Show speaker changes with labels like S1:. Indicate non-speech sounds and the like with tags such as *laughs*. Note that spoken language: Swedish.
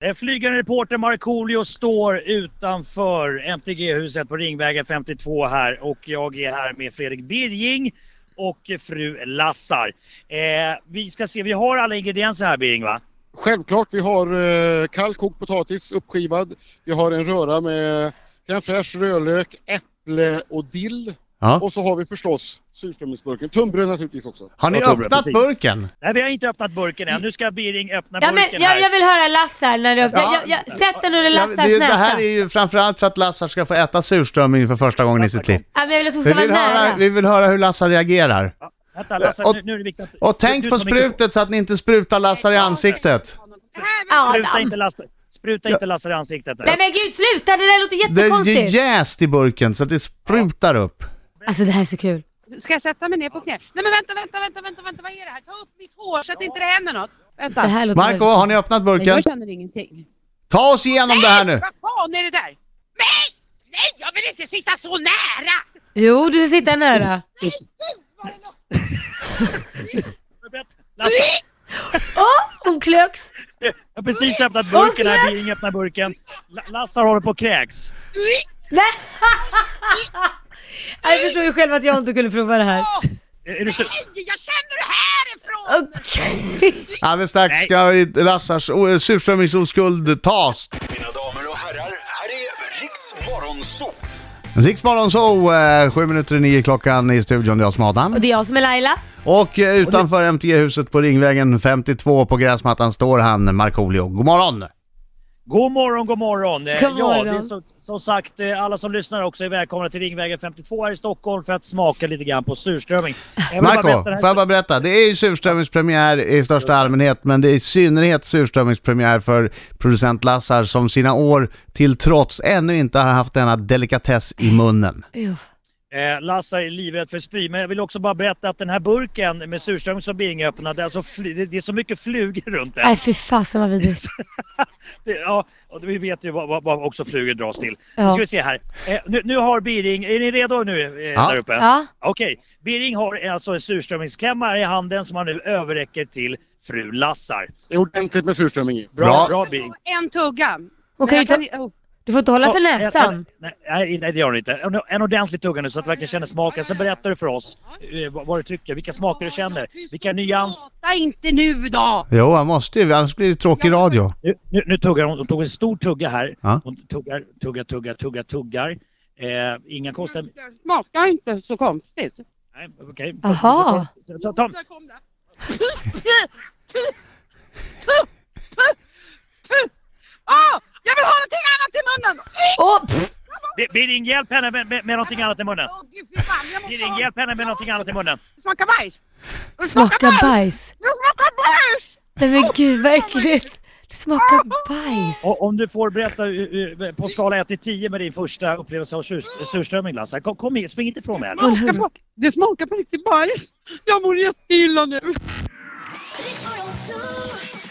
S1: Den flygande reportern Markoolio står utanför MTG-huset på Ringvägen 52 här och jag är här med Fredrik Birging och fru Lassar. Eh, vi ska se, vi har alla ingredienser här Birging va?
S2: Självklart, vi har eh, kall kokt potatis uppskivad. Vi har en röra med crème fraîche, rödlök, äpple och dill.
S3: Ja.
S2: Och så har vi förstås surströmmingsburken. Tunnbröd naturligtvis också.
S3: Har ni
S1: Jag tror det,
S3: öppnat
S1: precis.
S3: burken?
S1: Nej vi har inte öppnat burken än. Nu ska Birging öppna
S4: Ja, men,
S1: burken här.
S4: jag, jag vill höra Lassar när du öppnar.
S3: Ja.
S4: Jag, jag, sätt den under
S3: Ja,
S4: Lassars
S3: det, det
S4: näsa.
S3: här är ju framförallt för att Lassar ska få äta surströmming för första gången i sitt liv.
S4: ja, men jag vill att hon
S3: Vi
S4: ska vara
S3: vill, höra,
S4: nära.
S3: vi vill höra hur Lassar reagetar.
S1: Vänta Lassar,
S3: Och-
S1: nu, nu är det viktigt. att-
S3: Och
S1: du-
S3: tänk
S1: du
S3: på
S1: tar mikrofonen.
S3: sprutet så att ni inte sprutar Lassar i ansiktet.
S1: Spruta
S4: Adam.
S1: inte Lassar, spruta inte Lassar i ansiktet. nu.
S4: Nej men gud sluta, det där låter
S3: Det är ju
S4: jättekonstigt.
S3: jäst i burken så att det sprutar upp.
S4: Alltså det här är så kul.
S5: Ska jag sätta mig ner på knä? Nej men vänta, vänta, vänta, vänta, vänta, vad är det här? Ta upp mitt hår så att inte det händer något.
S4: Det
S5: Vänta.
S4: här låter
S3: Marco, har ni öppnat
S5: Nej,
S3: burken?
S5: jag känner ingenting.
S3: Ta oss igenom det här nu!
S5: Vad fan är det där? Nej! Nej, jag vill inte sitta så nära!
S4: Jo, du ska
S3: *laughs*
S4: sitta nära.
S5: Vad det luktar.
S1: Lassar,
S4: Åh, hon klöks.
S1: jag har precis öppnat burken här. Birging öppnar burken. La- Lassar håller på och kräks.
S4: Nej. Jag förstår ju själv att jag inte kunde prova det här.
S1: Är är du sur?
S5: Nej, jag känner det härifrån!
S4: Okej.
S3: Alldeles strax
S1: Nej.
S3: ska Lassars o- surströmmingsoskuld tas.
S6: Mina damer och herrar, här är Riks Morgonzoo!
S3: Riksmorgon så, eh, sju minuter i nio klockan i studion, det är jag som är Adam.
S4: Och det är jag som är Laila.
S3: Och eh, utanför MTG-huset på Ringvägen 52 på gräsmattan står han, Markoolio. God morgon!
S1: God morgon, god morgon! Eh,
S4: God
S1: ja,
S4: morgon.
S1: det är så, som sagt, eh, alla som lyssnar också är välkomna till Ringvägen 52 här i Stockholm för att smaka lite grann på surströmming. Jag vill bara
S3: Marco,
S1: berätta det här-
S3: får jag bara berätta? Det är ju surströmmingspremiär i största allmänhet, men det är i synnerhet surströmmingspremiär för producent Lassar som sina år till trots ännu inte har haft denna delikatess i munnen.
S4: Jo.
S1: Eh, Lassar är livrädd för spy, men jag vill också bara berätta att den här burken med surströmming som Birging öppnade, alltså, fly- det, det är så mycket flugor runt den.
S4: Nej fy fasen vad vidrigt.
S1: Det, ja, och vi vet ju vad, vad, vad också flugor dras till. Nu
S4: Ja.
S1: ska vi se här. Eh, nu, nu har Birging, är ni redo nu eh,
S3: Ja.
S1: där uppe?
S4: Ja.
S1: Okej, Birging har alltså en surströmmingsklämma här i handen som han nu överräcker till fru Lassar.
S2: Det är ordentligt med surströmming i.
S1: Bra,
S3: Bra.
S1: bra, Birging.
S5: En tugga.
S4: Hon kan ju
S5: Men
S4: ta,
S5: jag kan-
S4: du får inte hålla för
S1: Ja, en-
S4: näsan.
S1: en- Nej, nej, nej, det gör hon inte. En, en ordentlig tugga nu så att du verkligen känner smaken. Sen berättar du för oss eh, vad, vad du tycker, vilka smaker du känner, vilka nyans.
S5: Prata inte nu då!
S3: Jo, han måste ju, annars blir det tråkig radio.
S1: Nu, nu, nu tuggar hon, hon tog en stor tugga här.
S3: Ja.
S1: Hon tuggar, tuggar, tuggar, tuggar, tuggar. Eh, inga konstiga...
S5: Det smakar inte så konstigt.
S1: Nej, okej.
S4: Jaha.
S1: Ta, ta, ta,
S5: Där kom det. Ah, jag vill ha någonting annat i munnen!
S4: Åh, pff.
S1: Bi- Birging, hjälp henne med, med, med någonting annat i munnen.
S5: Åh gud fy fan, jag måste
S1: Birging,
S5: ha...
S1: hjälp henne med någonting annat i munnen.
S5: Smaka bajs! Det
S4: smaka
S5: smakar
S4: bajs.
S5: Det smakar bajs!
S4: Nej men gud vad äckligt. Det smakar bajs.
S1: Och om du får berätta eh, eh, på skala 1 till 10 med din första upplevelse av sur, surströmming Lasse. Kom, kom in, spring inte ifrån mig här.
S4: Åh,
S5: Det smakar på, det smakar på riktigt bajs! Jag mår jätteilla nu!
S7: Riks Morgonzoo.